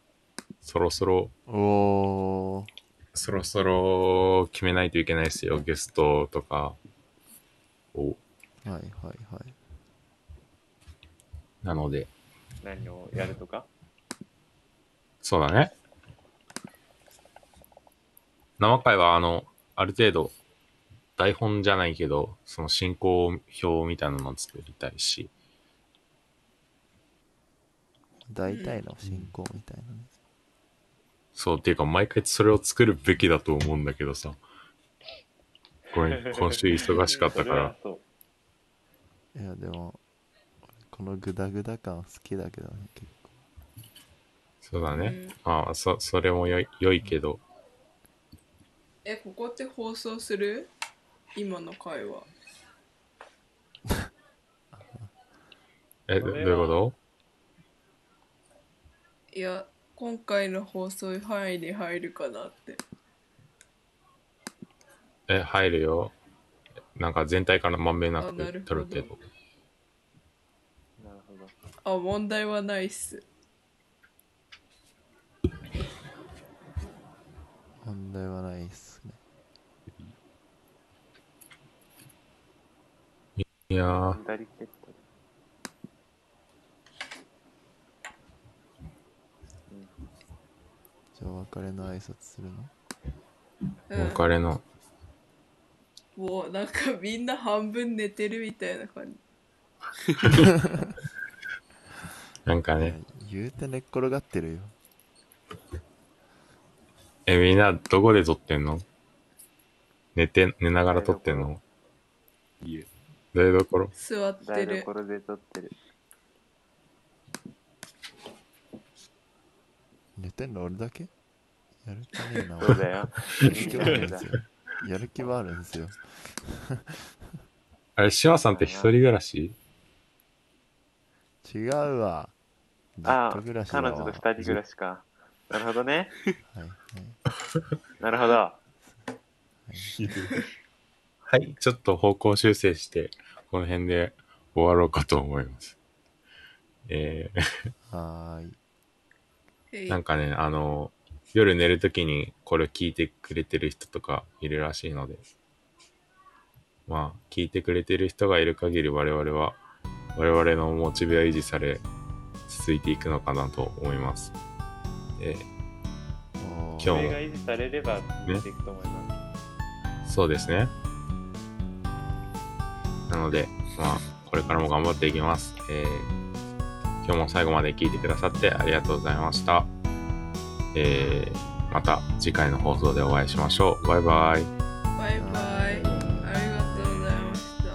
Speaker 1: そろそろ、
Speaker 4: おー。
Speaker 1: そろそろ決めないといけないですよ。ゲストとかを。
Speaker 4: はいはいはい。
Speaker 1: なので、
Speaker 5: 何をやるとか
Speaker 1: そうだね。生会は、あの、ある程度、台本じゃないけど、その進行表みたいなのも作りたいし、
Speaker 4: 大体の進行みたいなね。
Speaker 1: そう、っていうか、毎回それを作るべきだと思うんだけどさ。ごめ ん、今週忙しかったから。
Speaker 5: それはそう。
Speaker 4: いやでも、このグダグダ感好きだけどね、結構。
Speaker 1: そうだね。まあ、そ、それもよい、良いけど。
Speaker 3: えここって放送する今の会話
Speaker 1: え、どどういうこ
Speaker 3: いや今回の放送範囲に入るかなって
Speaker 1: とえ、入るよ。なんか全体からまんべんな
Speaker 3: あ
Speaker 1: く
Speaker 3: なる
Speaker 1: 取
Speaker 3: ほど
Speaker 1: るけど。
Speaker 5: なるほど。
Speaker 3: あ問題はないっす
Speaker 4: 問題はないっすね。
Speaker 1: いやー、
Speaker 5: 左手と
Speaker 4: じゃあお別れの挨拶するの
Speaker 1: お
Speaker 3: うん
Speaker 1: 別れの。
Speaker 3: もうなんかみんな半分寝てるみたいな感じ
Speaker 1: なんか
Speaker 4: いや
Speaker 1: ね、
Speaker 4: 言うて寝っ転がってるよ。
Speaker 1: え、みんなどこで撮ってんの寝て、寝ながら撮ってんの
Speaker 2: いえ。
Speaker 1: 台所
Speaker 3: 座って
Speaker 5: 台
Speaker 3: る
Speaker 5: 所で撮ってる。
Speaker 4: 寝てんの俺だけやる気ねえな、
Speaker 5: そうだよ。
Speaker 4: 今日はねやる気はあるんですよ。
Speaker 1: あれ、シワさんって一人暮らし
Speaker 4: 違うわ。実
Speaker 5: ああ
Speaker 4: 家暮ら、しだ
Speaker 5: 彼
Speaker 4: わ
Speaker 5: 女と二人暮らしか。なるほどね。
Speaker 4: はいはい
Speaker 5: なるほど。
Speaker 1: はい。ちょっと方向修正して、この辺で終わろうかと思います。え
Speaker 4: はーい。
Speaker 3: へ
Speaker 1: ー、
Speaker 3: い
Speaker 1: なんかね、あの、夜寝るときにこれを聞いてくれてる人とかいるらしいので、まあ、聞いてくれてる人がいる限り我々は、我々のモチベは維持され、続いていくのかなと思います。えー
Speaker 4: おー
Speaker 5: そ
Speaker 1: 今日
Speaker 5: れ
Speaker 1: も
Speaker 5: が維持されれば、見ていくと思います。
Speaker 1: そうですね。なので、まあ、これからも頑張っていきます。えー、今日も最後まで聞いてくださってありがとうございました。えー、また次回の放送でお会いしましょう。バイバイ。
Speaker 3: バイバイありがとうございました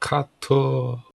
Speaker 1: カット